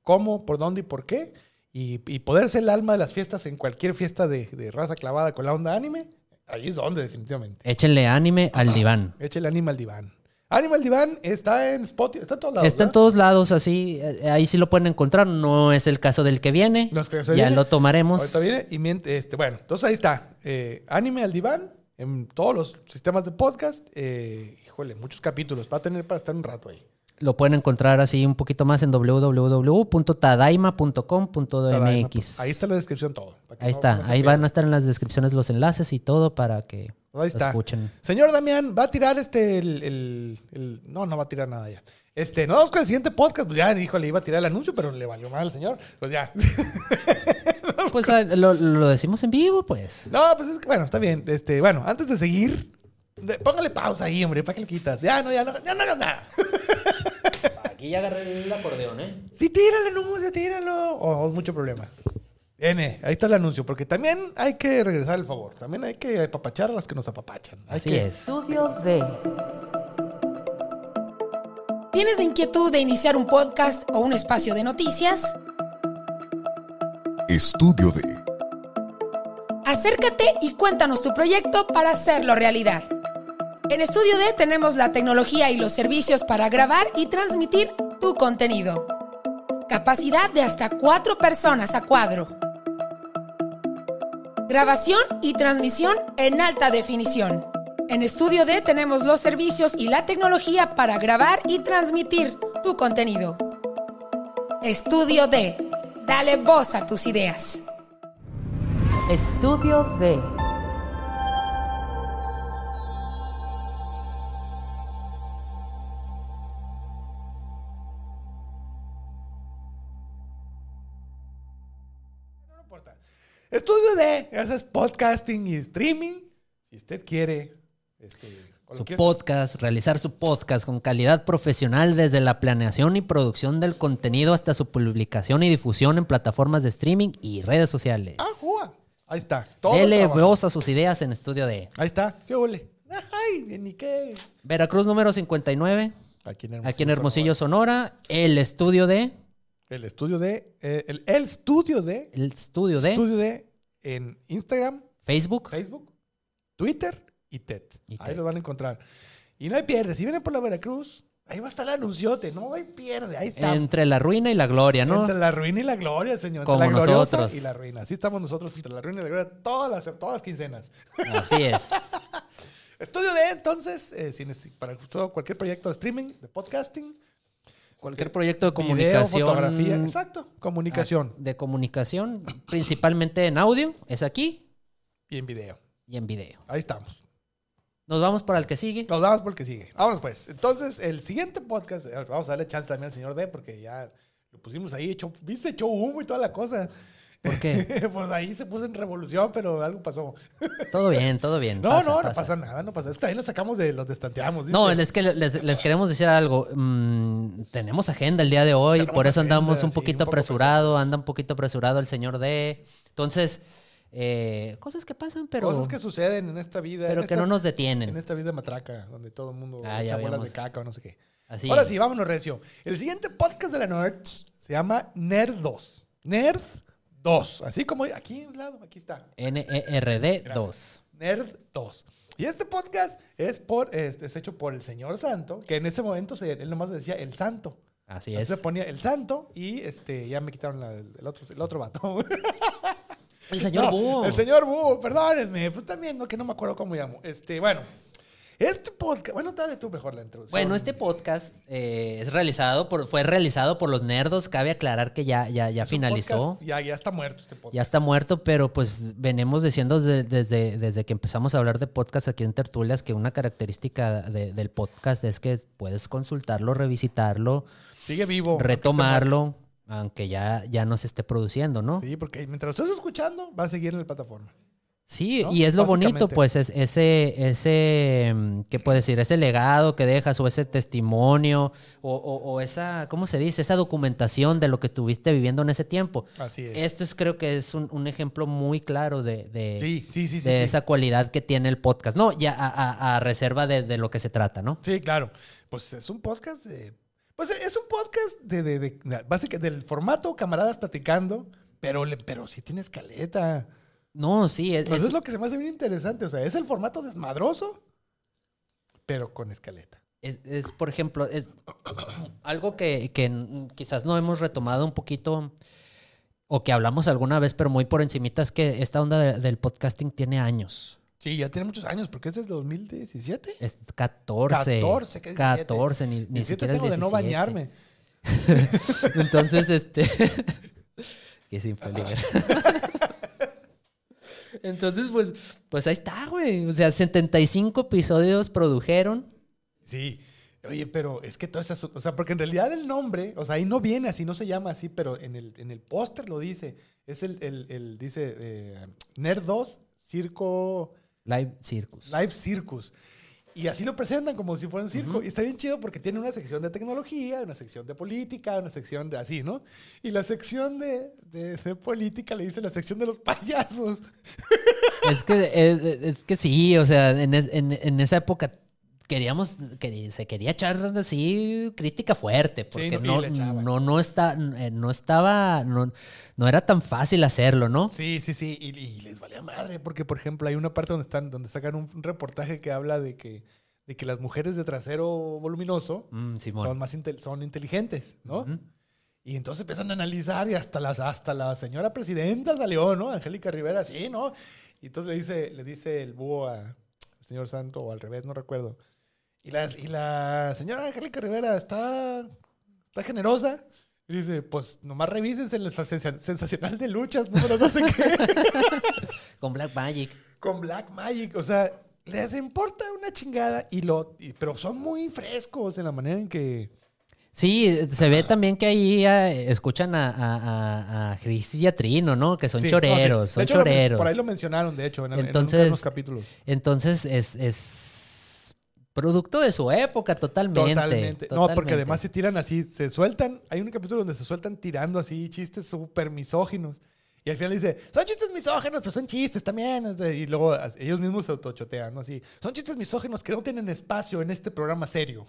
cómo, por dónde y por qué, y, y poderse el alma de las fiestas en cualquier fiesta de, de raza clavada con la onda anime, ahí es donde definitivamente. Échenle anime al diván. Échale anime al diván. Anime al diván está en Spotify, está en Ah, todos lados. Está en ¿verdad? todos lados, así, eh, ahí sí lo pueden encontrar. No es el caso del que viene. Los que se ya vienen. lo tomaremos. Ahorita viene y mien- este, bueno, entonces ahí está. eh, anime al diván en todos los sistemas de podcast. eh, híjole, muchos capítulos. Va a tener para estar un rato ahí. Lo pueden encontrar así un poquito más en www.tadaima.com.mx. Ahí está la descripción todo. para que Ahí no- está, no se ahí pierda. van a estar en las descripciones los enlaces y todo para que Ahí lo está. escuchen. Señor Damián, va a tirar este el, el- el- no, no va a tirar nada ya. Este, no, vamos con el siguiente podcast, pues ya, híjole, iba a tirar el anuncio, pero le valió mal al señor. Pues ya. Pues ah, lo, lo decimos en vivo, pues. No, pues es que, bueno, está bien. Este, bueno, antes de seguir, de- póngale pausa ahí, hombre, ¿para qué le quitas? Ya, no, ya no, ya no hagas nada. Aquí ya agarré el acordeón, ¿eh? Sí, tíralo, anuncio, tíralo. O o mucho problema. N, ahí está el anuncio, porque también hay que regresar el favor. También hay que apapachar a las que nos apapachan. Hay Así que- es. Estudio B. ¿Tienes la inquietud de iniciar un podcast o un espacio de noticias? Estudio de Acércate y cuéntanos tu proyecto para hacerlo realidad. En Estudio D tenemos la tecnología y los servicios para grabar y transmitir tu contenido. Capacidad de hasta cuatro personas a cuadro. Grabación y transmisión en alta definición. En Estudio D tenemos los servicios y la tecnología para grabar y transmitir tu contenido. Estudio D. Dale voz a tus ideas. Estudio D. No importa. Estudio de haces podcasting y streaming. Si usted quiere, este, o lo Su quiere- podcast, realizar su podcast con calidad profesional desde la planeación y producción del contenido hasta su publicación y difusión en plataformas de streaming y redes sociales. Ah, jua. Ahí está. Todo el Dele trabajo. voz a sus ideas en estudio de Ahí está. ¿Qué ole? Ay, bien, ni qué. Veracruz número 59, Aquí en Hermosillo, aquí en Hermosillo, Sonora, el estudio de, Sonora. El estudio de. eh, el, el estudio de. el estudio de Estudio de. En Instagram, Facebook. Facebook, Twitter y TED. Y ahí TED. los van a encontrar. Y no hay pierde. Si vienen por la Veracruz, ahí va a estar el anunciote. No hay pierde. Ahí está. Entre la ruina y la gloria, ¿no? Entre la ruina y la gloria, señor. Como entre la gloriosa nosotros. y la ruina. Así estamos nosotros entre la ruina y la gloria todas las, todas las quincenas. Así es. Estudio de entonces, eh, si neces- para todo- cualquier proyecto de streaming, de podcasting, eh, Cualquier proyecto de video, comunicación. Ah. fotografía, exacto, comunicación De comunicación, principalmente en audio, es aquí y en video. y en video. Ahí estamos. Nos vamos para el que sigue. Nos damos porque sigue. Vámonos pues. Entonces, el siguiente podcast, eh, vamos a darle chance también al señor D porque ya lo pusimos ahí, echó- viste, echó humo y toda la cosa. ¿Por qué? pues ahí se puso en revolución, pero algo pasó. Todo bien, todo bien. No, pasa, no, no pasa. pasa nada, no pasa. Es que ahí lo sacamos de los destanteamos. ¿viste? No, es que les, les queremos decir algo. Mm, tenemos agenda el día de hoy, Tenemos por eso agenda, andamos un sí, poquito un poco apresurado, anda un poquito apresurado el señor D. Entonces, eh, cosas que pasan, pero, Cosas que suceden en esta vida. pero en que esta- no nos En este detienen. esta vida matraca, donde todo el mundo Ah, ya echa bolas habíamos- de caca o no sé qué. Así. Ahora sí, vámonos, Recio. El siguiente podcast de la noche se llama Nerd 2. Nerd 2. Así como aquí en un lado, aquí está. E NERD 2. Nerd 2. Y este podcast es, por, este, es, es hecho por el señor Santo, que en ese momento se- él nomás decía el Santo. Así Así es. se ponía el Santo y este, ya me quitaron la- el, otro, el otro vato. El señor No, Búho. El señor Búho, perdónenme. Pues también, no, que no me acuerdo cómo llamo. Este, bueno. Este podcast. Bueno, dale tú mejor la introducción. Bueno, este podcast eh, es realizado por, fue realizado por los nerdos. Cabe aclarar que ya, ya, ya Es un finalizó. podcast- ya, ya está muerto este podcast. Ya está muerto, pero pues venimos diciendo desde, desde, desde que empezamos a hablar de podcast aquí en Tertulias que una característica de- del podcast es que puedes consultarlo, revisitarlo, Sigue vivo. aunque esté muerto. retomarlo, aunque ya, ya no se esté produciendo, ¿no? Sí, Sí, porque mientras lo estés escuchando, va a seguir en la plataforma. ¿no? y es lo bonito, Básicamente. pues, es ese, ese, mm, ¿qué puedo decir? Ese legado que dejas o ese testimonio o, o- o esa, ¿cómo se dice? Esa documentación de lo que estuviste viviendo en ese tiempo. Así es. Esto es, creo que es un, un ejemplo muy claro de... de- sí, sí, sí, sí. de sí. esa cualidad que tiene el podcast. No, ya a, a- a reserva de, de lo que se trata, ¿no? Sí, claro. Pues es un podcast de. Pues es un podcast de, de, de- de- básica- del formato camaradas platicando, pero, le- pero sí tiene escaleta. No, sí, es, Pues es- es lo que se me hace bien interesante. O sea, es el formato desmadroso, pero con escaleta. es- es, por ejemplo, es algo que, que n- quizás no hemos retomado un poquito o que hablamos alguna vez, pero muy por encimita, es que esta onda de- del podcasting tiene años. Sí, ya tiene muchos años, porque es del 2017. Es 14. 14, ¿qué 17? 14, ni, ni 17 siquiera el tengo de no 17. bañarme. Entonces, este. que sin peligro. Entonces, pues, pues ahí está, güey. O sea, 75 episodios produjeron. Sí. Oye, pero es que todo esas, o sea, porque en realidad el nombre, o sea, ahí no viene así, no se llama así, pero en el, en el póster lo dice. Es el, el, el- dice eh, Nerd 2 Circo Live Circus. Live Circus. Y así lo presentan como si fuera un circo. Ujú. Y está bien chido porque tiene una sección de tecnología, una sección de política, una sección de así, ¿no? Y la sección de, de, de política le dice la sección de los payasos. Es que, eh, eh, es que sí, o sea, en, es- en- en esa época queríamos, queri- se quería echar así crítica fuerte, no, porque y no, le echaba. no, no, está, eh, no estaba, no, no era tan fácil hacerlo, ¿no? Sí, sí, sí. Y, y les valía madre, porque por ejemplo hay una parte donde están, donde sacan un, un reportaje que habla de que, de que las mujeres de trasero voluminoso Mm, Simón. son más intel- son inteligentes, ¿no? Ujú. Y entonces empiezan a analizar y hasta las, hasta la señora presidenta salió, ¿no? Angélica Rivera, sí, ¿no? Y entonces le dice, le dice el búho a- al señor Santo o al revés, no recuerdo. Y la, y la señora Angélica Rivera está, está generosa. Y dice, pues nomás revísense el sensa- sensacional de luchas, número no sé qué, Con Black Magic. con Black Magic. O sea, les importa una chingada, y lo, y- pero son muy frescos en la manera en que... Sí, se ve también que ahí eh, escuchan a, a, a- a Cris y a Trino, ¿no? Que son Sí, no, sí. choreros, De son hecho, lo men- choreros. Por ahí lo mencionaron, de hecho, en, en Entonces, unos capítulos. Entonces es, es producto de su época totalmente. Totalmente. No, porque totalmente. además se tiran así, se sueltan. Hay un capítulo donde se sueltan tirando así chistes súper misóginos. Y al final dice, son chistes misóginos, pero son chistes también. es de- Y luego as- ellos mismos se autochotean, ¿no? Así, son chistes misóginos que no tienen espacio en este programa serio.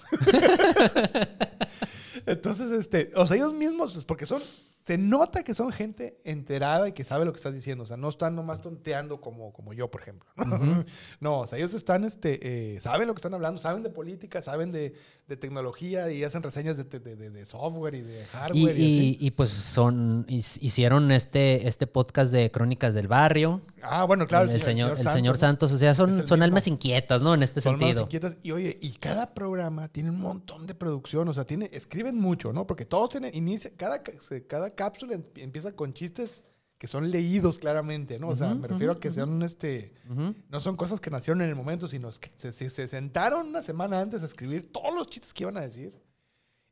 Entonces, este, o sea, ellos mismos, pues, porque son, se nota que son gente enterada y que sabe lo que estás diciendo. O sea, no están nomás tonteando como, como yo, por ejemplo. No, No, o sea, ellos están, este, eh, saben lo que están hablando, saben de política, saben de, de tecnología y hacen reseñas de, te- de- de- de software y de ¿eh? Y, hardware y, y- así. y, pues son hic- hicieron este, este podcast de Crónicas del Barrio. Ah, bueno, claro. el, el señor, el Santos, señor ¿no? Santos. O sea, Es son, el son mismo. almas inquietas, ¿no? En este Son más sentido. inquietas. Y oye, y cada programa tiene un montón de producción, o sea, tiene, escriben mucho, ¿no? Porque todos tienen, inicia, cada, ca- se- cada cápsula em- empieza con chistes que son leídos claramente, ¿no? O sea, Ujú, me refiero ujú, a que sean este, Ujú. no son cosas que nacieron en el momento, sino que se, se- se sentaron una semana antes a escribir todos los chistes que iban a decir.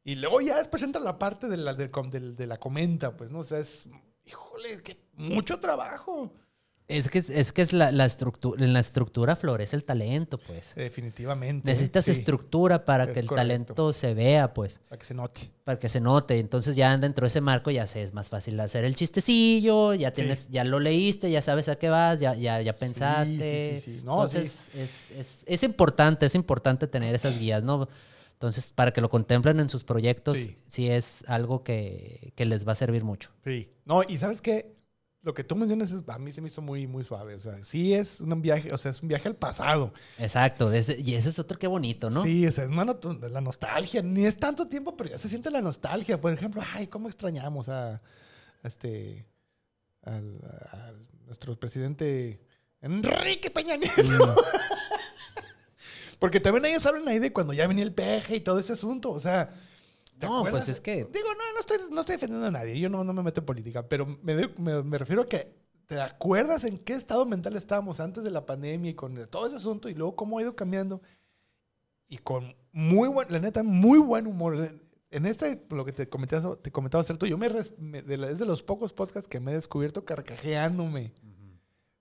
Y luego ya después entra la parte de la, del com- del- de la comenta, pues, ¿no? O sea, es, híjole, que mucho trabajo. Es que es, es que es la, la estructura, en la estructura florece el talento, pues. Definitivamente. ¿eh? Necesitas Sí, estructura para Es que el correcto. talento se vea, pues. Para que se note. para que se note. Entonces ya dentro de ese marco ya se es más fácil hacer el chistecillo, ya tienes, ya lo leíste, ya sabes a qué vas, ya, ya, ya sí, pensaste. sí, sí. No, Entonces es, es- es importante, es importante tener esas guías, ¿no? Entonces, para que lo contemplen en sus proyectos, sí, Sí. es algo que, que les va a servir mucho. Sí. No, y sabes qué? Lo que tú mencionas es- a mí se me hizo muy, muy suave. O sea, sí es un viaje, o sea, es un viaje al pasado. Exacto. ese- y ese es otro que bonito, ¿no? Sí, o sea, es una noto- la nostalgia. Ni es tanto tiempo, pero ya se siente la nostalgia. Por ejemplo, ay, cómo extrañamos a, a este al, a nuestro presidente Enrique Peña Nieto. Mm. Porque también ellos hablan ahí de cuando ya venía el peje y todo ese asunto. O sea, ¿te No, acuerdas? pues es que- Digo, no, no estoy, no estoy defendiendo a nadie. Yo no, no me meto en política. Pero me, de- me- me refiero a que. ¿Te acuerdas en qué estado mental estábamos antes de la pandemia y con todo ese asunto y luego cómo ha ido cambiando? Y con muy buen, la neta, muy buen humor. En este, lo que te comentaba, te comentaba cierto, yo me, res- me- de la- es de los pocos podcasts que me he descubierto carcajeándome.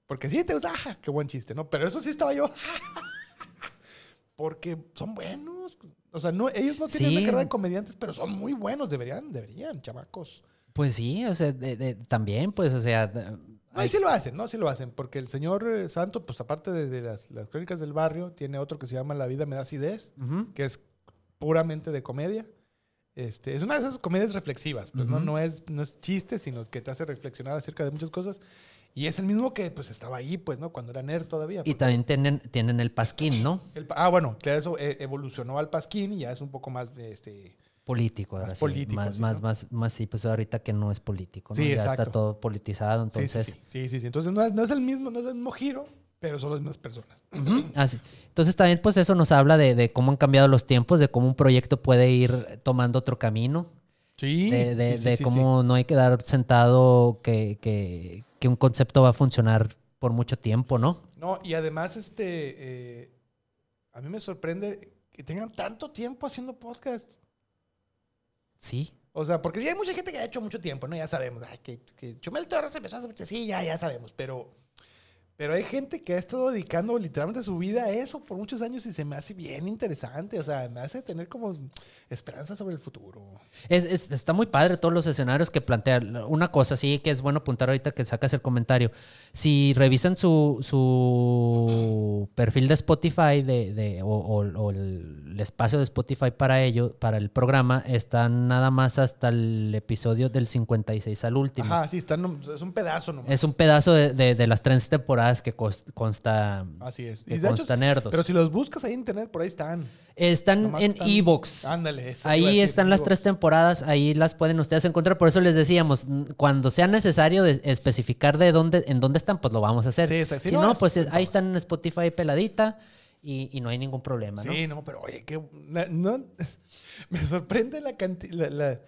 Porque sí, te gusta, "Ajá, qué buen chiste, ¿no? Pero eso sí estaba yo. Porque son buenos. O sea, no, ellos no tienen Sí. una carrera de comediantes, pero son muy buenos. Deberían, deberían, chamacos. Pues sí, o sea, de- de- también, pues, o sea, de- No, y hay- sí lo hacen, ¿no? Sí lo hacen. Porque el señor eh, Santo, pues aparte de, de las, las crónicas del barrio, tiene otro que se llama La vida me da acidez. Ujú. que es puramente de comedia. Este, es una de esas comedias reflexivas, pues no, Ujú. no, es, no es chiste, sino que te hace reflexionar acerca de muchas cosas. Y es el mismo que pues estaba ahí, pues, ¿no? Cuando era nerd todavía. Y porque también tienen, tienen el pasquín, ¿no? el pa- ah, bueno, claro, eso eh, evolucionó al Pasquín y ya es un poco más, este... político, Más ahora sí, político, más, sí, más, ¿no? más, más, sí, pues ahorita que no es político, ¿no? Sí, ya está exacto. todo politizado, sí, entonces. sí, sí, sí, sí, sí. Entonces no es, no es el mismo, no es el mismo giro, pero son las mismas personas. Ujú, así. Entonces también pues eso nos habla de, de cómo han cambiado los tiempos, de cómo un proyecto puede ir tomando otro camino, Sí. de, de- sí, sí, de sí, cómo no hay que dar sentado que, que- que un concepto va a funcionar por mucho tiempo, ¿no? sí. No, y además, este, eh, a mí me sorprende que tengan tanto tiempo haciendo podcast. Sí. O sea, porque sí hay mucha gente que ha hecho mucho tiempo, ¿no? Ya sabemos. Ay, que, que Chumel Torres empezó hace mucho. Sí, ya, ya sabemos. Pero, Pero hay gente que ha estado dedicando literalmente su vida a eso por muchos años y se me hace bien interesante. O sea, me hace tener como esperanza sobre el futuro. Es- es- está muy padre todos los escenarios que plantea. Una cosa sí que es bueno apuntar ahorita que sacas el comentario. Si revisan su, su perfil de Spotify de, de- o, o- o el espacio de Spotify para ello, para el programa, está nada más hasta el episodio del 56 al último. Ajá, sí, están, nom- es un pedazo nomás. Es un pedazo de, de- de las 13 temporadas que cos- consta, Así es. que Y de hecho, consta Nerdos. pero si los buscas ahí en internet, por ahí están. Están Nomás que en están- Ah, Evox. Ándale. eso iba a Ahí decir, están las digo, tres temporadas, ahí las pueden ustedes encontrar. Por eso les decíamos, mm, cuando sea necesario de- especificar de dónde, en dónde están, pues lo vamos a hacer. Sí, sí, sí, si no, no, es- pues eh, ahí están en Spotify peladita y, y no hay ningún problema, ¿no? Sí, no, pero oye, que me sorprende la cantidad.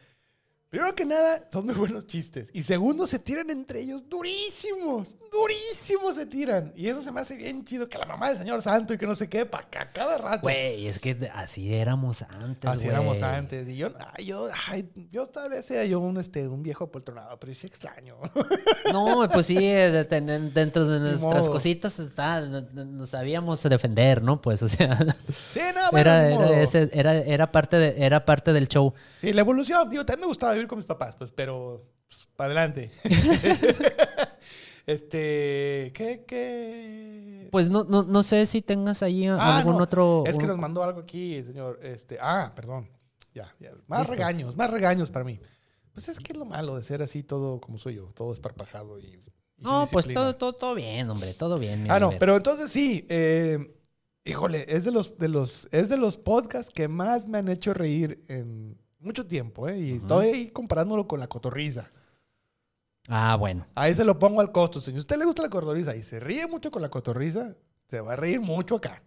Primero que nada, son muy buenos chistes. Y segundo, se tiran entre ellos durísimos. Durísimos se tiran. Y eso se me hace bien chido. Que la mamá del señor santo y que no se quede para acá cada rato. Güey, es que de- así éramos antes, Así güey. éramos antes. Y yo, ay, yo, ay, yo tal vez sea yo un, este, un viejo apoltronado, pero sí extraño. No, pues sí, eh, de tener- dentro de Ni nuestras modo. cositas está, n- n- nos sabíamos defender, ¿no? Pues, o sea, sí, no, Ah, bueno, era, ni era modo. ese- era- era parte de, era parte del show. Sí, la evolución. Digo, también me gustaba vivir con mis papás, pues, pero pues, para adelante. este, ¿qué, qué? Pues no, no, no sé si tengas ahí Ah, algún no, otro. Es que un- nos mandó algo aquí, señor. Este, ah, perdón. Ya, ya. Más Listo. regaños, más regaños para mí. Pues es que es lo malo de ser así todo como soy yo, todo esparpajado y. y sin No, pues disciplina. todo, todo, todo bien, hombre, todo bien. mi Ah, no, Oliver. pero entonces sí, eh, híjole, es de los, de los, es de los podcasts que más me han hecho reír en mucho tiempo, ¿eh? Y estoy ahí comparándolo con la cotorriza. Ah, bueno. Ahí se lo pongo al costo, señor. Si a usted le gusta la cotorriza y se ríe mucho con la cotorriza, se va a reír mucho acá.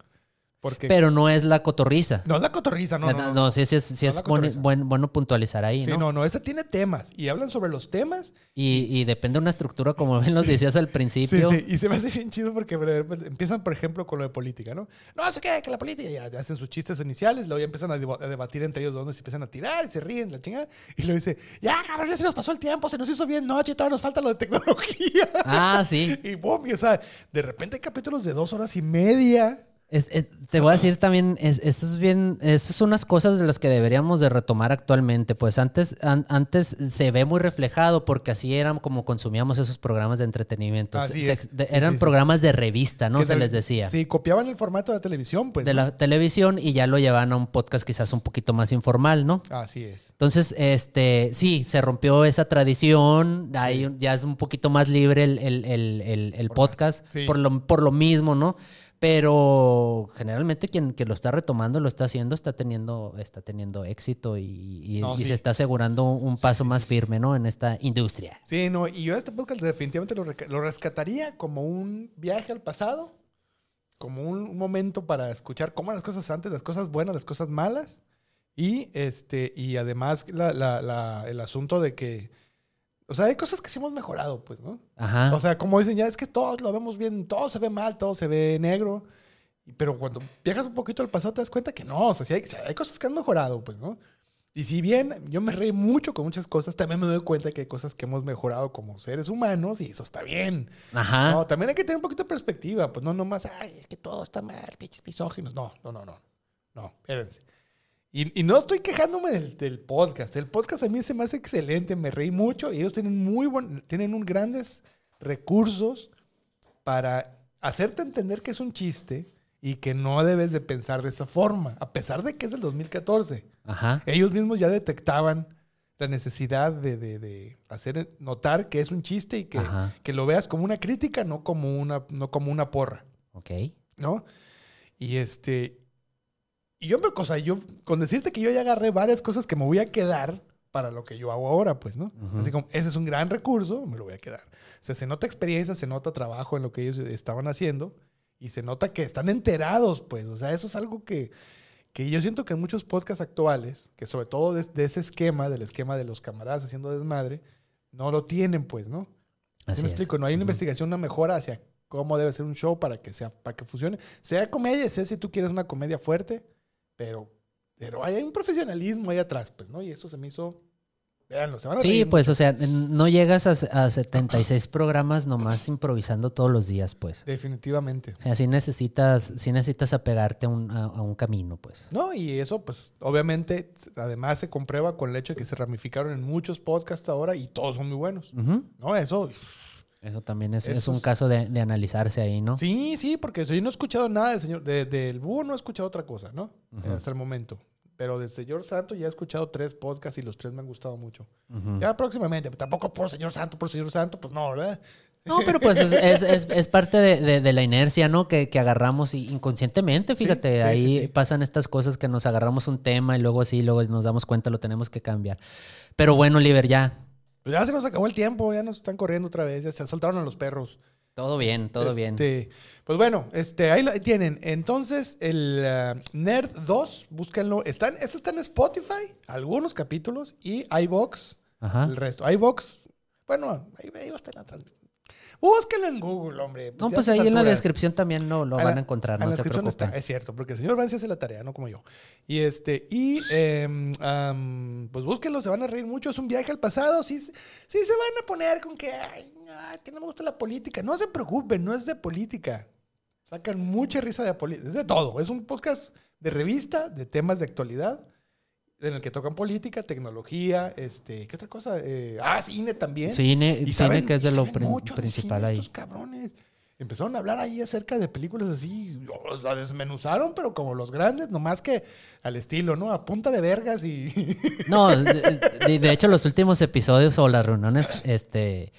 Porque Pero no es la cotorriza. no es la cotorriza, no, Ah, no. no, no. sí, sí es, sí No es la buen- cotorriza. buen- bueno puntualizar ahí, Sí, ¿no? no, no, esa tiene temas y hablan sobre los temas. Y, y depende de una estructura, como bien nos decías al Sí, principio. sí, y se me hace bien chido porque de repente empiezan, por ejemplo, con lo de política, ¿no? No, sé qué, que la política, ya ya hacen sus chistes iniciales, luego ya empiezan a, deba- a debatir entre ellos donde se empiezan a tirar y se ríen, la chingada, y luego dice, ya, cabrón, ya se nos pasó el tiempo, se nos hizo bien noche, todavía nos falta lo de tecnología. Ah, sí. Y boom, y o sea, de repente hay capítulos de dos horas y media. Es- es- te voy a decir también, es- eso es bien, eso son unas cosas de las que deberíamos de retomar actualmente. Pues antes, an- antes se ve muy reflejado porque así eran como consumíamos esos programas de entretenimiento. Así Se- es. de- Sí, eran sí, sí. programas de revista, ¿no? que Se tal- les decía. Sí, copiaban el formato de la televisión, pues. de ¿no? la televisión y ya lo llevan a un podcast quizás un poquito más informal, ¿no? Así es. Entonces, este, sí, se rompió esa tradición, hay un- ya es un poquito más libre el, el- el- el- el podcast, sí. por, lo, por lo mismo, ¿no? Pero generalmente quien que lo está retomando, lo está haciendo, está teniendo, está teniendo éxito y, y- No, y sí. se está asegurando un paso sí, más sí. firme, ¿no? En esta industria. Sí, no, y yo este podcast definitivamente lo, reca- lo rescataría como un viaje al pasado, como un, un momento para escuchar cómo eran las cosas antes, las cosas buenas, las cosas malas, y este, y además la- la- la- el asunto de que, o sea, hay cosas que sí hemos mejorado, pues, ¿no? Ajá. O sea, como dicen ya, es que todos lo vemos bien, todo se ve mal, todo se ve negro, y- pero cuando viajas un poquito al pasado te das cuenta que no, o sea, sí hay, sí hay cosas que han mejorado, pues, ¿no? Y si bien yo me reí mucho con muchas cosas, también me doy cuenta que hay cosas que hemos mejorado como seres humanos y eso está bien. Ajá. No, también hay que tener un poquito de perspectiva, pues no nomás, ay, es que todo está mal, pinches misóginos. No, no, no, no. No, espérense. Y, y no estoy quejándome del, del podcast. El podcast a mí se me hace excelente, me reí mucho y ellos tienen muy buen, tienen un grandes recursos para hacerte entender que es un chiste y que no debes de pensar de esa forma, a pesar de que es del 2014 Ajá. ellos mismos ya detectaban la necesidad de, de- de hacer notar que es un chiste y que, Ajá. que lo veas como una crítica, no como una, no como una porra, Ok. ¿no? Y este. Y yo me cosa, yo con decirte que yo ya agarré varias cosas que me voy a quedar para lo que yo hago ahora, pues, ¿no? Ujú. Así como, ese es un gran recurso, me lo voy a quedar. O sea, se nota experiencia, se nota trabajo en lo que ellos estaban haciendo y se nota que están enterados, pues. O sea, eso es algo que, que yo siento que en muchos podcasts actuales, que sobre todo de, de ese esquema, del esquema de los camaradas haciendo desmadre, no lo tienen, pues, ¿no? ¿Sí Así me es. explico? No hay una Ujú. investigación, una mejora hacia cómo debe ser un show para que sea, para que funcione. Sea comedia, sea si tú quieres una comedia fuerte, pero, pero hay un profesionalismo ahí atrás, pues, ¿no? Y eso se me hizo Véanlo, se van a Sí, reír pues, o sea, no llegas a, a 76 programas nomás improvisando todos los días, pues. Definitivamente. O sea, sí necesitas, sí necesitas apegarte a un, a- a un camino, pues. No, y eso, pues, obviamente, además se comprueba con el hecho de que se ramificaron en muchos podcasts ahora y todos son muy buenos. Ujú. No, eso. Eso también es, es Eso un es- caso de, de analizarse ahí, ¿no? Sí, sí, porque yo no he escuchado nada del señor, de- del búho no he escuchado otra cosa, ¿no? Ujú. Hasta el momento. Pero del señor Santo ya he escuchado tres podcasts y los tres me han gustado mucho. Ujú. Ya próximamente, tampoco por señor Santo, por señor Santo, pues no, ¿verdad? No, pero pues es, es- es- es parte de, de- de la inercia, ¿no? Que, que agarramos y inconscientemente, fíjate, sí, ahí sí, sí. pasan estas cosas que nos agarramos un tema y luego así, luego nos damos cuenta, lo tenemos que cambiar. Pero bueno, Oliver, ya, Pues ya se nos acabó el tiempo, ya nos están corriendo otra vez, ya se soltaron a los perros. todo bien, todo bien. Este, Pues bueno, este, ahí lo tienen. Entonces, el ah, Nerd 2, búsquenlo. Están, este está en Spotify, algunos capítulos, y iBox, Ajá. el resto. iBox, bueno, ahí, ahí va a estar la transmisión. Búsquenlo en Google, hombre. No, ya pues a ahí estas en la alturas. descripción también lo, lo la- van a encontrar, en no la se descripción preocupen. está, es cierto, porque el señor Vance hace la tarea, no como yo. Y este, y em, am, pues búsquenlo, se van a reír mucho, es un viaje al pasado, sí, se- sí se van a poner con que, ay, no, es que no me gusta la política, no se preocupen, no es de política. Sacan mucha risa de política, es de todo, es un podcast de revista, de temas de actualidad, en el que tocan política, tecnología, este, ¿qué otra cosa? Eh, ah, cine también. Cine, Y cine saben- que es y de lo saben prin- mucho de principal cine ahí. Estos cabrones empezaron a hablar ahí acerca de películas así, oh, la desmenuzaron, pero como los grandes, nomás que al estilo, ¿no? A punta de vergas y... No, de, de- de hecho los últimos episodios o las reuniones este,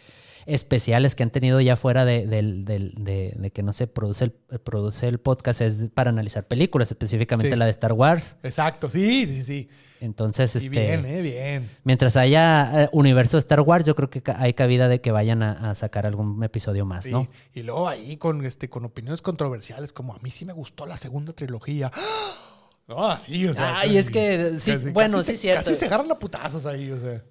especiales que han tenido ya fuera de, del- del- de- de que no se produce el, produce el podcast es para analizar películas, específicamente Sí. la de Star Wars. Exacto, sí, sí, sí. Entonces, Y este, bien, ¿eh? Bien. mientras haya eh, universo de Star Wars, yo creo que ca- hay cabida de que vayan a, a sacar algún episodio más, Sí. Pues, ¿no? Y luego ahí con, este, con opiniones controversiales, como a mí sí me gustó la segunda trilogía. ¡Ah! No, así, o sea. Ay, es que sí, bueno, sí se- es cierto. Casi se agarran a putazos ahí, o sea.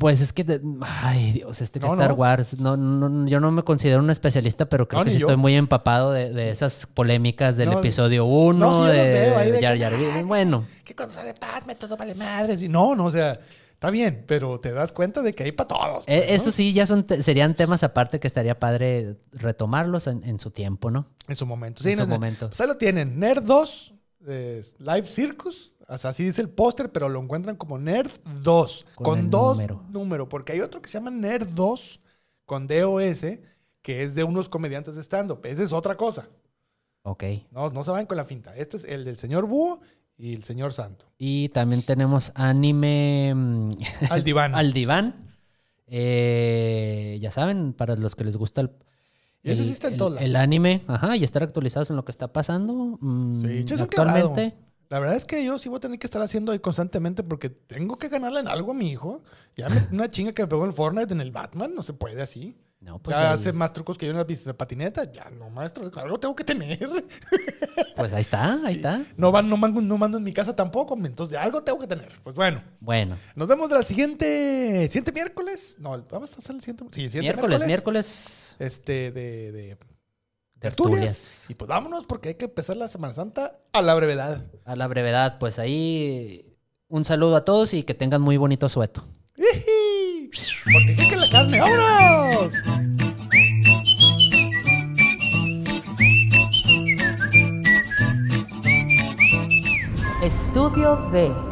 Pues es que, de- ay Dios, este que No, Star no. Wars, no, no, yo no me considero un especialista, pero creo No, que ni sí yo. estoy muy empapado de, de esas polémicas del No, episodio 1, no, sí, yo los de, veo ahí de Jar que- "Ah, Jar Binks. Bueno, que cuando sale Batman todo vale madres. Y no, no, o sea, está bien, pero te das cuenta de que hay para todos. eh, pues, ¿no? eso sí, ya son te- serían temas aparte que estaría padre retomarlos en, en su tiempo, ¿no? En su momento. en su no, no. momento. Pues ahí lo tienen. Nerd 2, eh, Live Circus. O sea, así dice el póster, pero lo encuentran como Nerd 2. Con Con, el dos número. número. Porque hay otro que se llama Nerd 2 con DOS, que es de unos comediantes de stand-up. Esa es otra cosa. Ok. No, no se vayan con la finta. Este es el del señor Búho y el señor Santo. Y también tenemos anime mm, Al diván. al diván. Eh, ya saben, para los que les gusta el... Y ese sí está en el- todos lados. el anime, ajá, y estar actualizados en lo que está pasando mm, Sí, échese un clavado. actualmente. La verdad es que yo sí voy a tener que estar haciendo ahí constantemente porque tengo que ganarle en algo a mi hijo. Ya me- una chinga que me pegó en Fortnite, en el Batman, no se puede así. No, pues, ya ahí, hace más trucos que yo en la bici- patineta. Ya no, maestro, algo tengo que tener. pues ahí está, ahí está. No, van, no, mando, no mando en mi casa tampoco, entonces de algo tengo que tener. Pues bueno, Bueno, nos vemos la siguiente, siguiente miércoles. No, el- vamos a hacer el siguiente, sí, el siguiente miércoles, miércoles. Este, de, de Tertulias. tertulias. Y pues vámonos porque hay que empezar la Semana Santa a la brevedad. A la brevedad, pues ahí un saludo a todos y que tengan muy bonito sueto. ¡Iji! Mortifiquen la carne, ¡vámonos! Estudio B.